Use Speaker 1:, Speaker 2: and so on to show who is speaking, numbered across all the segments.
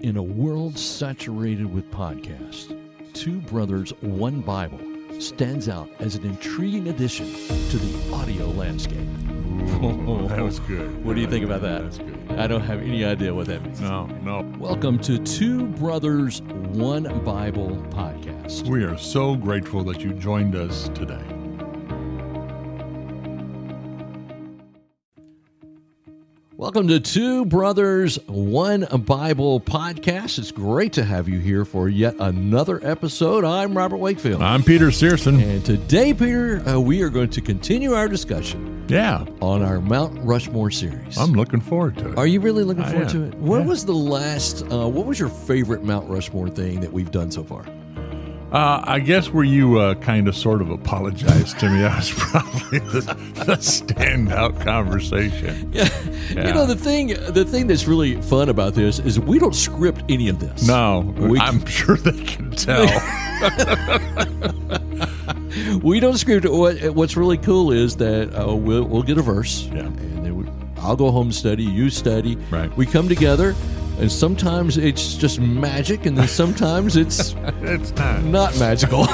Speaker 1: In a world saturated with podcasts, Two Brothers, One Bible stands out as an intriguing addition to the audio landscape.
Speaker 2: Ooh, that was good.
Speaker 1: What do you think about that?
Speaker 2: That's good.
Speaker 1: I don't have any idea what that means.
Speaker 2: No, no.
Speaker 1: Welcome to Two Brothers, One Bible podcast.
Speaker 2: We are so grateful that you joined us today.
Speaker 1: Welcome to Two Brothers, One Bible podcast. It's great to have you here for yet another episode. I'm Robert Wakefield.
Speaker 2: I'm Peter Searson.
Speaker 1: And today, Peter, uh, we are going to continue our discussion
Speaker 2: Yeah,
Speaker 1: on our Mount Rushmore series.
Speaker 2: I'm looking forward to it.
Speaker 1: Are you really looking
Speaker 2: I
Speaker 1: forward
Speaker 2: am.
Speaker 1: to it? What
Speaker 2: Yeah.
Speaker 1: was the last, uh, what was your favorite Mount Rushmore thing that we've done so far?
Speaker 2: Uh, I guess where you uh, kind of sort of apologized to me, that was probably the, the standout conversation.
Speaker 1: Yeah.
Speaker 2: Yeah.
Speaker 1: You know the thing the thing that's really fun about this is we don't script any of this.
Speaker 2: No,
Speaker 1: We-
Speaker 2: I'm sure they can tell.
Speaker 1: We don't script it. What, what's really cool is that uh, we'll, we'll get a verse.
Speaker 2: Yeah.
Speaker 1: And then we, I'll go home and study, you study.
Speaker 2: Right.
Speaker 1: We come together and sometimes it's just magic and then sometimes it's
Speaker 2: it's not.
Speaker 1: not magical.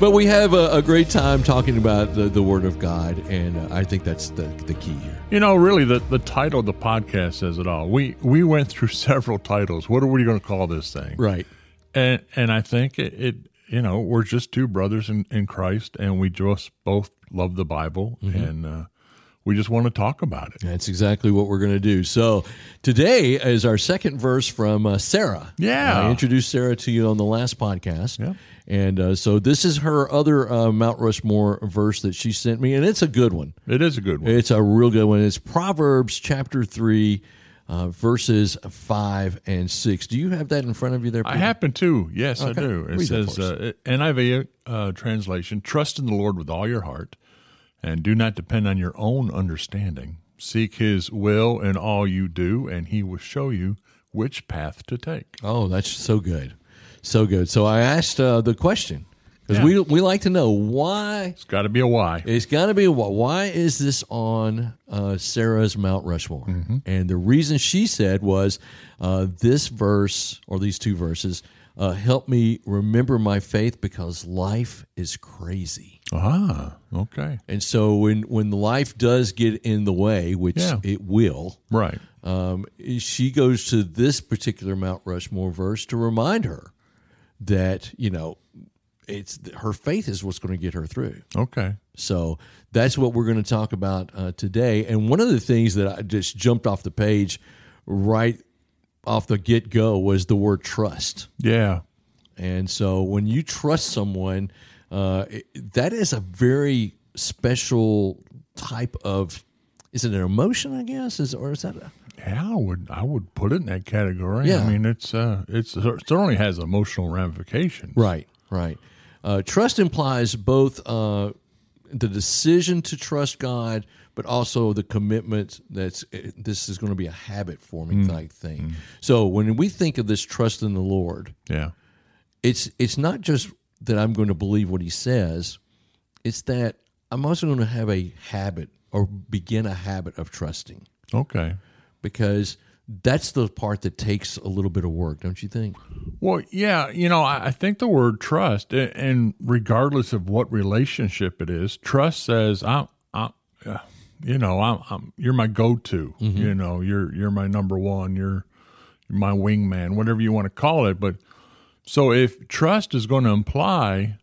Speaker 1: but we have a, a great time talking about the, the Word of God, and uh, I think that's the, the key here.
Speaker 2: You know, really, the, the title of the podcast says it all. We we went through several titles. What are we going to call this thing?
Speaker 1: Right.
Speaker 2: and and I think it, it you know we're just two brothers in, in Christ, and we just both love the Bible,
Speaker 1: Mm-hmm.
Speaker 2: and uh, we just want to talk about it.
Speaker 1: That's exactly what we're going to do. So today is our second verse from uh, Sarah.
Speaker 2: Yeah.
Speaker 1: I introduced Sarah to you on the last podcast.
Speaker 2: Yeah.
Speaker 1: And uh, so this is her other uh, Mount Rushmore verse that she sent me, and it's a good one.
Speaker 2: It is a good one.
Speaker 1: It's a real good one. It's Proverbs chapter 3, uh, verses 5 and 6. Do you have that in front of you there?
Speaker 2: I
Speaker 1: Peter?
Speaker 2: happen to, yes, I
Speaker 1: Okay.
Speaker 2: do. It
Speaker 1: Read that
Speaker 2: says
Speaker 1: for us.
Speaker 2: uh, it- NIV uh, translation: Trust in the Lord with all your heart, and do not depend on your own understanding. Seek His will in all you do, and He will show you which path to take.
Speaker 1: Oh, that's so good, so good. So I asked uh, the question because we we like to know why
Speaker 2: It's got to be a why.
Speaker 1: it's got to be wh- why is this on uh, Sarah's Mount Rushmore? And the reason she said was uh, this verse or these two verses uh, help me remember my faith because life is crazy.
Speaker 2: Ah, okay,
Speaker 1: And so when when life does get in the way, which
Speaker 2: Yeah.
Speaker 1: it will,
Speaker 2: right.
Speaker 1: um, she goes to this particular Mount Rushmore verse to remind her that you know it's her faith is what's going to get her through.
Speaker 2: Okay,
Speaker 1: So that's what we're going to talk about uh, today. And one of the things that I just jumped off the page right off the get go was the word trust.
Speaker 2: yeah.
Speaker 1: And so when you trust someone, uh, it- that is a very special type of. Is it an emotion? I guess is or is that a,
Speaker 2: Yeah, I would I would put it in that category.
Speaker 1: Yeah.
Speaker 2: I mean, it's uh, it's it certainly has emotional ramifications.
Speaker 1: Right, right. Uh, trust implies both uh, the decision to trust God, but also the commitment that's eh, this is going to be a habit forming type thing. So when we think of this trust in the Lord,
Speaker 2: Yeah,
Speaker 1: it's it's not just that I'm going to believe what He says; it's that I'm also going to have a habit or begin a habit of trusting
Speaker 2: okay.
Speaker 1: because that's the part that takes a little bit of work, don't you think?
Speaker 2: Well, yeah, you know, I, I think the word trust, a- and regardless of what relationship it is, trust says I'm, I'm uh, you know, I'm, I'm you're my go-to. You know, you're you're my number one. You're my wingman, whatever you want to call it. But so if trust is going to imply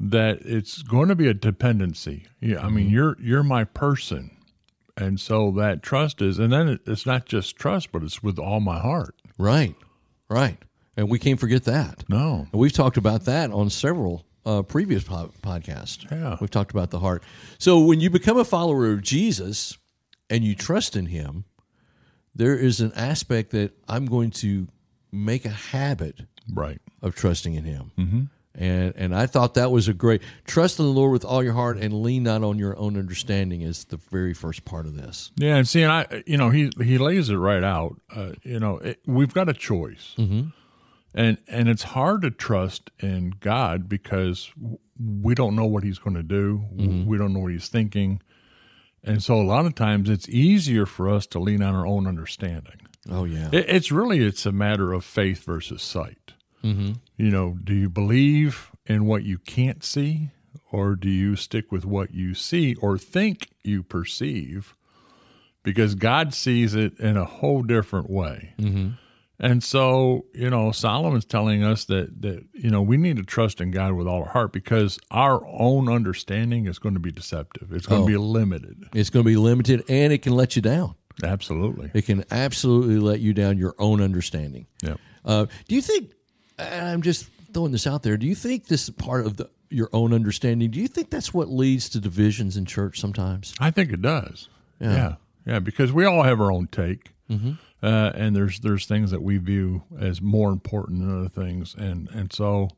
Speaker 2: that it's going to be a dependency, yeah, I mean, you're you're my person, and so that trust is, and then it, it's not just trust, but it's with all my heart.
Speaker 1: Right, right. And we can't forget that.
Speaker 2: No.
Speaker 1: And we've talked about that on several uh, previous po- podcasts.
Speaker 2: Yeah.
Speaker 1: We've talked about the heart. So when you become a follower of Jesus and you trust in him, there is an aspect that I'm going to make a habit
Speaker 2: Right.
Speaker 1: of trusting in him. Mm-hmm. And, and I thought that was a great trust in the Lord with all your heart and lean not on your own understanding is the very first part of this.
Speaker 2: Yeah, and see, and I, you know, he he lays it right out. Uh, you know, it, we've got a choice, and and it's hard to trust in God because w- we don't know what He's going to do. We don't know what He's thinking, and so a lot of times it's easier for us to lean on our own understanding.
Speaker 1: Oh yeah.
Speaker 2: It, it's really it's a matter of faith versus sight. You know, do you believe in what you can't see, or do you stick with what you see or think you perceive? Because God sees it in a whole different way. And so, you know, Solomon's telling us that that you know we need to trust in God with all our heart because our own understanding is going to be deceptive. It's going to be limited.
Speaker 1: It's going to be limited, and it can let you down.
Speaker 2: Absolutely.
Speaker 1: It can absolutely let you down your own understanding.
Speaker 2: Yeah.
Speaker 1: Uh, do you think? and I'm just throwing this out there. Do you think this is part of the, your own understanding? Do you think that's what leads to divisions in church sometimes?
Speaker 2: I think it does. Yeah, yeah, because we all have our own take,
Speaker 1: Mm-hmm.
Speaker 2: uh, and there's there's things that we view as more important than other things, and and so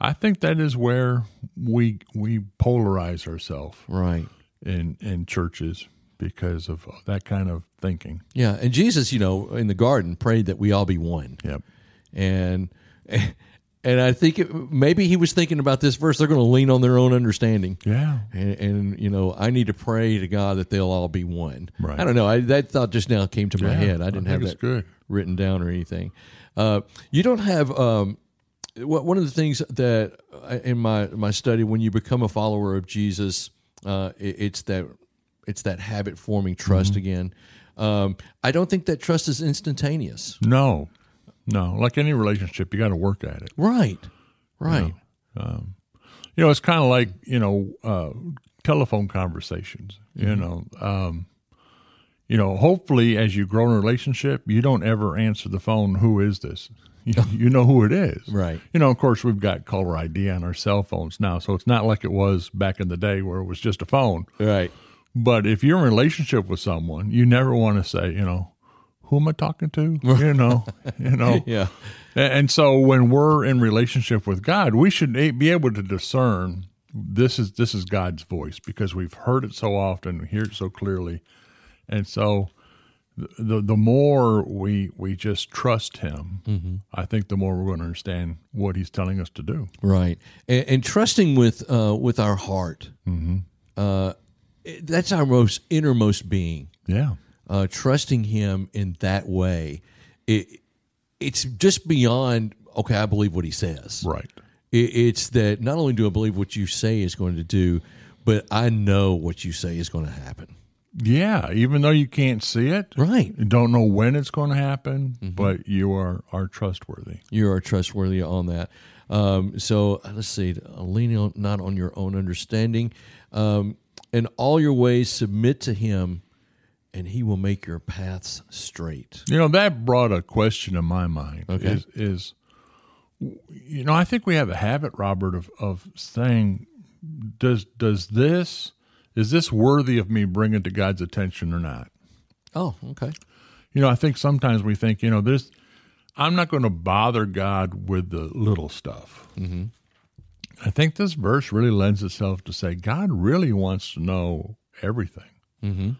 Speaker 2: I think that is where we we polarize ourselves
Speaker 1: Right.
Speaker 2: in in churches because of that kind of thinking.
Speaker 1: Yeah. And Jesus, you know, in the garden, prayed that we all be one.
Speaker 2: Yep.
Speaker 1: and and I think it, maybe he was thinking about this verse. They're going to lean on their own understanding,
Speaker 2: Yeah.
Speaker 1: and, and you know, I need to pray to God that they'll all be one.
Speaker 2: Right.
Speaker 1: I don't know. I, that thought just now came to my
Speaker 2: Yeah,
Speaker 1: head.
Speaker 2: I
Speaker 1: I didn't
Speaker 2: think
Speaker 1: have
Speaker 2: it's
Speaker 1: that
Speaker 2: good.
Speaker 1: written down or anything. Uh, you don't have. Um, wha- one of the things that I, in my my study, when you become a follower of Jesus, uh, it, it's that it's that habit forming trust again. Um, I don't think that trust is instantaneous.
Speaker 2: No. No. Like any relationship, you got to work at it.
Speaker 1: Right. Right.
Speaker 2: you know it's kind of like you know uh, telephone conversations you know um, you know hopefully as you grow in a relationship you don't ever answer the phone who is this you, you know who it is
Speaker 1: Right.
Speaker 2: you know of course we've got caller id on our cell phones now so it's not like it was back in the day where it was just a phone
Speaker 1: Right.
Speaker 2: but if you're in a relationship with someone you never want to say you know who am i talking to you know you know
Speaker 1: Yeah.
Speaker 2: And and so when we're in relationship with God, we should a- be able to discern this is this is God's voice because we've heard it so often, we hear it so clearly. And so th- the the more we we just trust him, I think the more we're going to understand what he's telling us to do.
Speaker 1: Right. And, and trusting with uh, with our heart. Mm-hmm. Uh, it- that's our most innermost being.
Speaker 2: Yeah.
Speaker 1: Uh, trusting Him in that way, it it's just beyond. Okay, I believe what He says.
Speaker 2: Right.
Speaker 1: It, it's that not only do I believe what you say is going to do, but I know what you say is going to happen.
Speaker 2: Yeah, even though you can't see it,
Speaker 1: Right.
Speaker 2: you don't know when it's going to happen, but you are are trustworthy.
Speaker 1: you are trustworthy on that. Um, so let's see, uh, lean on, not on your own understanding. Um, in all your ways, submit to him, and he will make your paths straight.
Speaker 2: You know, that brought a question to my mind.
Speaker 1: Okay.
Speaker 2: Is, is you know, I think we have a habit, Robert, of, of saying, does does this is this worthy of me bringing to God's attention or not?
Speaker 1: Oh, okay.
Speaker 2: You know, I think sometimes we think, you know, this I'm not going to bother God with the little stuff. Mm-hmm. I think this verse really lends itself to say God really wants to know everything. Mm-hmm.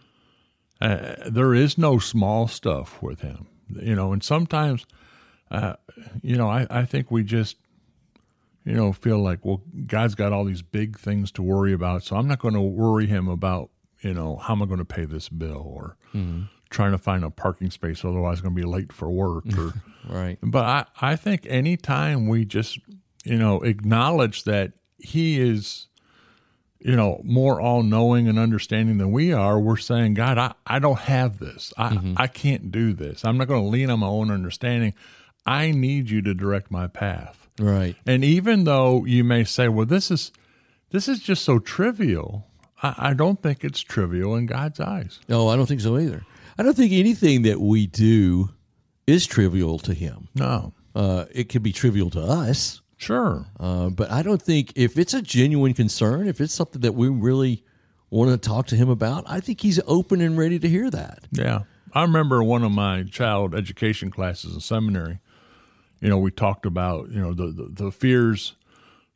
Speaker 2: Uh, there is no small stuff with Him, you know. And sometimes, uh, you know, I, I think we just, you know, feel like, well, God's got all these big things to worry about, so I'm not going to worry Him about, you know, how am I going to pay this bill or. Trying to find a parking space, otherwise, I'm going to be late for work. Or,
Speaker 1: Right.
Speaker 2: but I, I think anytime we just, you know, acknowledge that he is, you know, more all knowing and understanding than we are, we're saying, God, I, I don't have this. I, I can't do this. I'm not going to lean on my own understanding. I need you to direct my path.
Speaker 1: Right.
Speaker 2: And even though you may say, well, this is this is just so trivial, I, I don't think it's trivial in God's eyes.
Speaker 1: No, I don't think so either. I don't think anything that we do is trivial to him.
Speaker 2: No.
Speaker 1: Uh, it can be trivial to us,
Speaker 2: Sure.
Speaker 1: uh, but I don't think if it's a genuine concern, if it's something that we really want to talk to him about, I think he's open and ready to hear that.
Speaker 2: Yeah. I remember one of my child education classes in seminary, you know, we talked about, you know, the, the, the fears,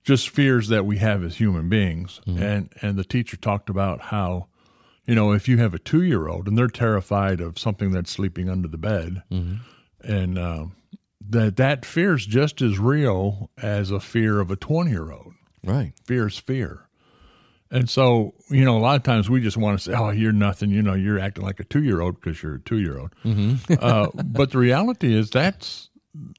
Speaker 2: just fears that we have as human beings. And, and the teacher talked about how, you know, if you have a two year old and they're terrified of something that's sleeping under the bed and, um, that that fear is just as real as a fear of a 20 year old
Speaker 1: Right.
Speaker 2: fear is fear. And so, you know, a lot of times we just want to say, oh, you're nothing. You know, you're acting like a two year old because you're a two year old. uh, but the reality is that's.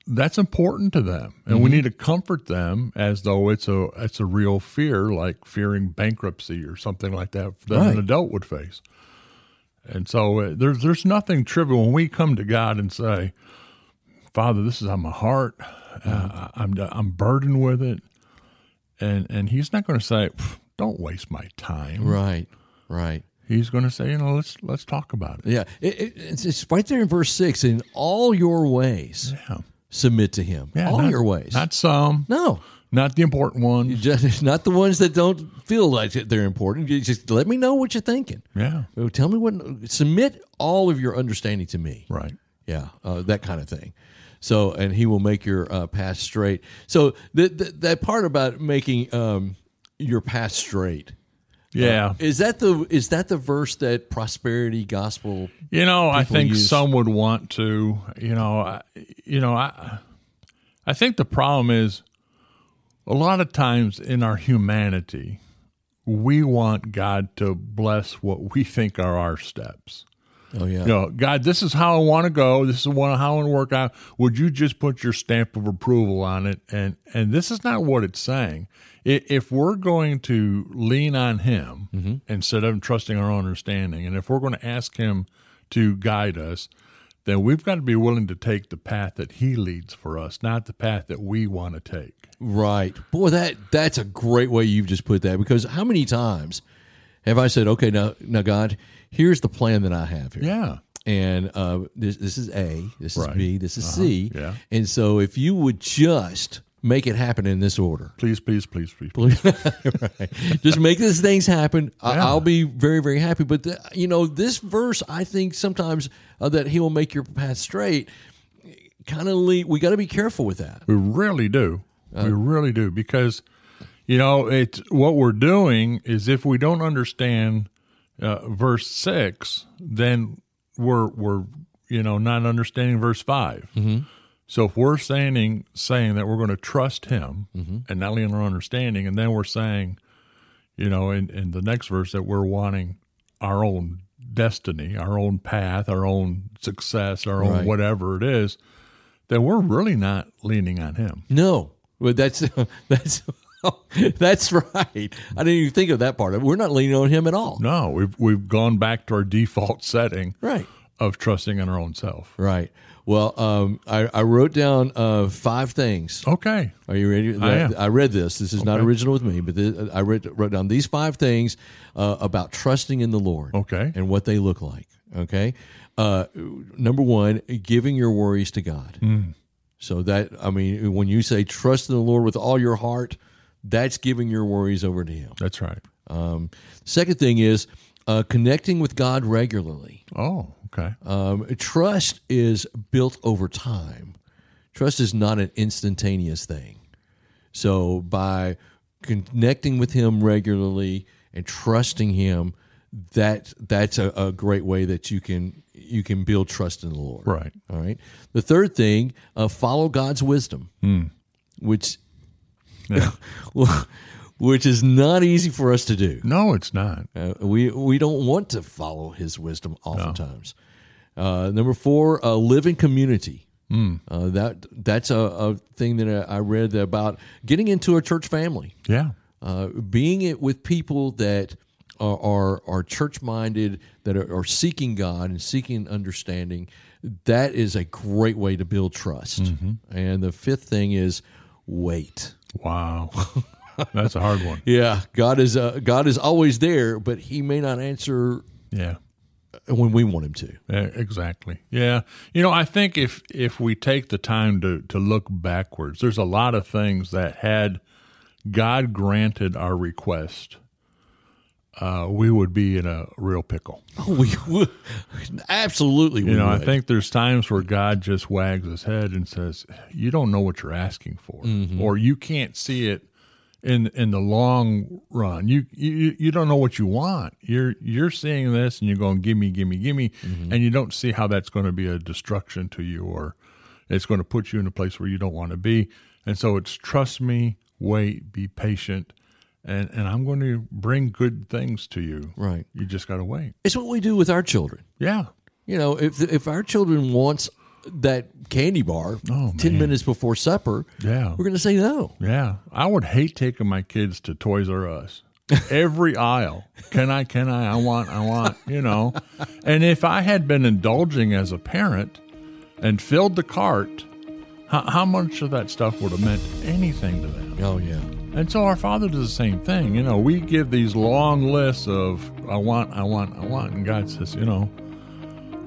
Speaker 2: That's important to them, and we need to comfort them as though it's a it's a real fear, like fearing bankruptcy or something like that that
Speaker 1: Right.
Speaker 2: an adult would face. And so uh, there's there's nothing trivial when we come to God and say, Father, this is on my heart. Uh,
Speaker 1: Mm-hmm.
Speaker 2: I'm I'm burdened with it, and and He's not going to say, "Pff, "Don't waste my time."
Speaker 1: Right, right.
Speaker 2: He's going to say, "You know, let's let's talk about it."
Speaker 1: Yeah, it, it, it's, it's right there in verse six. In all your ways,
Speaker 2: Yeah.
Speaker 1: submit to Him.
Speaker 2: Yeah,
Speaker 1: all
Speaker 2: not-
Speaker 1: your ways.
Speaker 2: not some,
Speaker 1: no,
Speaker 2: not the important ones.
Speaker 1: just not the ones that don't feel like they're important. You just let me know what you're thinking.
Speaker 2: Yeah,
Speaker 1: Well, Tell me what. Submit all of your understanding to me.
Speaker 2: right.
Speaker 1: Yeah, uh, that kind of thing. So, and He will make your uh, path straight. So, th- th- that part about making um, your path straight
Speaker 2: Yeah,
Speaker 1: is that the is that the verse that prosperity gospel?
Speaker 2: You know, I think
Speaker 1: use-
Speaker 2: some would want to. You know, I, you know, I, I think the problem is a lot of times in our humanity, we want God to bless what we think are our steps.
Speaker 1: Oh yeah,
Speaker 2: You know, God, this is how I want to go. This is what, how I want to work out. Would you just put your stamp of approval on it? And and this is not what it's saying. I- If we're going to lean on Him instead of trusting our own understanding, and if we're going to ask Him to guide us, then we've got to be willing to take the path that He leads for us, not the path that we want to take.
Speaker 1: Right. Boy, that that's a great way you've just put that because how many times have I said, "Okay, now now God, here's the plan that I have here."
Speaker 2: Yeah.
Speaker 1: And uh, this, this is A, this is
Speaker 2: Right. Uh-huh.
Speaker 1: B, this is C.
Speaker 2: yeah.
Speaker 1: And so if you would just make it happen in this order.
Speaker 2: Please, please, please, please. please.
Speaker 1: right. Just make these things happen. I,
Speaker 2: Yeah.
Speaker 1: I'll be very, very happy. But the, you know, this verse, I think sometimes uh, that He will make your path straight. Kind of, le- we got to be careful with that.
Speaker 2: We really do. we really do because you know it's what we're doing is if we don't understand uh, verse six, then we're we're you know not understanding verse 5 So if we're saying saying that we're going to trust Him and not lean on our understanding, and then we're saying, you know, in, in the next verse that we're wanting our own destiny, our own path, our own success, our
Speaker 1: Right.
Speaker 2: own whatever it is, then we're really not leaning on Him.
Speaker 1: No, well, that's that's that's right. I didn't even think of that part. of it. We're not leaning on him at all.
Speaker 2: No, we've we've gone back to our default setting
Speaker 1: Right,
Speaker 2: of trusting in our own self.
Speaker 1: right. Well, um, I, I wrote down uh, five things.
Speaker 2: Okay.
Speaker 1: Are you ready?
Speaker 2: I am.
Speaker 1: read this. This is not original with me, but this, I read, wrote down these five things uh, about trusting in the Lord.
Speaker 2: Okay.
Speaker 1: and what they look like. Okay, uh, number one, giving your worries to God.
Speaker 2: Mm.
Speaker 1: So that I mean, when you say trust in the Lord with all your heart, that's giving your worries over to Him.
Speaker 2: That's right.
Speaker 1: Um, second thing is uh, connecting with God regularly.
Speaker 2: Oh, okay.
Speaker 1: Um, trust is built over time. Trust is not an instantaneous thing. So by connecting with Him regularly and trusting Him, that that's a, a great way that you can you can build trust in the Lord.
Speaker 2: Right.
Speaker 1: All right. The third thing, uh, follow God's wisdom, which which is not easy for us to do.
Speaker 2: No, it's not.
Speaker 1: Uh, we we don't want to follow his wisdom oftentimes. Uh, number four, uh, live in community. Uh, that that's a, a thing that I I read about getting into a church family,
Speaker 2: Yeah.
Speaker 1: uh, being it with people that are are, are church minded, that are, are seeking God and seeking understanding. That is a great way to build trust. And the fifth thing is wait.
Speaker 2: Wow. That's a hard one.
Speaker 1: Yeah, God is uh, God is always there, but He may not answer
Speaker 2: Yeah.
Speaker 1: when we want him to.
Speaker 2: Yeah, exactly. Yeah. You know, I think if if we take the time to to look backwards, there's a lot of things that had God granted our request, uh, we would be in a real pickle.
Speaker 1: Oh, we would absolutely. We
Speaker 2: You know, I
Speaker 1: would.
Speaker 2: think there's times where God just wags his head and says, "You don't know what you're asking for, or you can't see it in in the long run. You you you don't know what you want. You're you're seeing this and you're going, "Give me, give me, give me," and you don't see how that's going to be a destruction to you, or it's going to put you in a place where you don't want to be. And so it's trust me, wait, be patient, and and I'm going to bring good things to you.
Speaker 1: Right.
Speaker 2: You just got to wait.
Speaker 1: It's what we do with our children.
Speaker 2: Yeah.
Speaker 1: You know, if if our children wants that candy bar
Speaker 2: Oh,
Speaker 1: 10
Speaker 2: man.
Speaker 1: minutes before supper,
Speaker 2: Yeah.
Speaker 1: we're going to say no.
Speaker 2: Yeah. I would hate taking my kids to Toys R Us. Every aisle. Can I, can I, I want, I want, you know. And if I had been indulging as a parent and filled the cart, how, how much of that stuff would have meant anything to them?
Speaker 1: Oh, yeah.
Speaker 2: And so our father does the same thing. You know, we give these long lists of, I want, I want, I want. And God says, you know,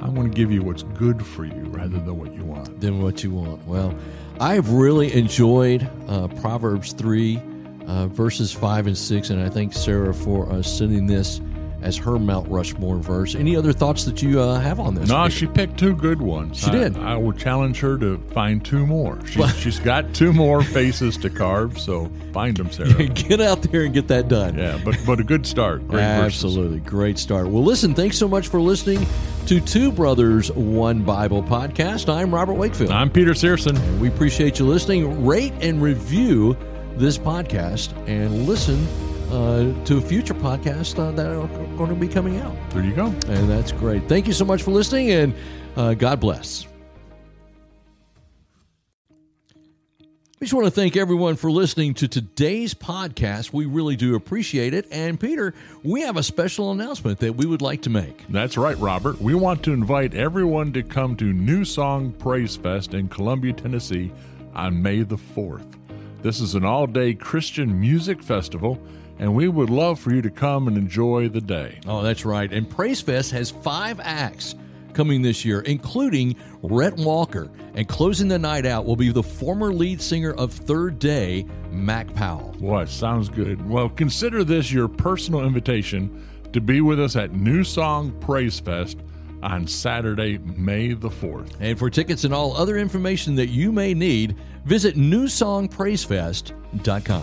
Speaker 2: I'm going to give you what's good for you rather than what you want.
Speaker 1: Then what you want. Well, I've really enjoyed uh, Proverbs 3, uh, verses 5 and 6, and I thank Sarah for uh, sending this as her Mount Rushmore verse. Any other thoughts that you uh, have on this?
Speaker 2: No,
Speaker 1: Peter?
Speaker 2: she picked two good ones.
Speaker 1: She
Speaker 2: I,
Speaker 1: did.
Speaker 2: I will challenge her to find two more. She, she's got two more faces to carve, so find them, Sarah.
Speaker 1: Get out there and get that done.
Speaker 2: yeah, but but a good start. Great verses.
Speaker 1: Absolutely. Great start. Well, listen, thanks so much for listening to Two Brothers, One Bible podcast. I'm Robert Wakefield.
Speaker 2: I'm Peter Searson.
Speaker 1: And we appreciate you listening. Rate and review this podcast and listen uh, to future podcasts uh, that are going to be coming out.
Speaker 2: There you go.
Speaker 1: And that's great. Thank you so much for listening and uh, God bless. We just want to thank everyone for listening to today's podcast. We really do appreciate it. And Peter, we have a special announcement that we would like to make.
Speaker 2: That's right, Robert. We want to invite everyone to come to New Song Praise Fest in Columbia, Tennessee on May the 4th. This is an all day Christian music festival, and we would love for you to come and enjoy the day.
Speaker 1: Oh, that's right. And Praise Fest has five acts coming this year, including Rhett Walker. And closing the night out will be the former lead singer of Third Day, Mac Powell.
Speaker 2: Well, it sounds good. Well, consider this your personal invitation to be with us at New Song Praise Fest on Saturday, May the 4th.
Speaker 1: And for tickets and all other information that you may need, visit newsongpraisefest.com.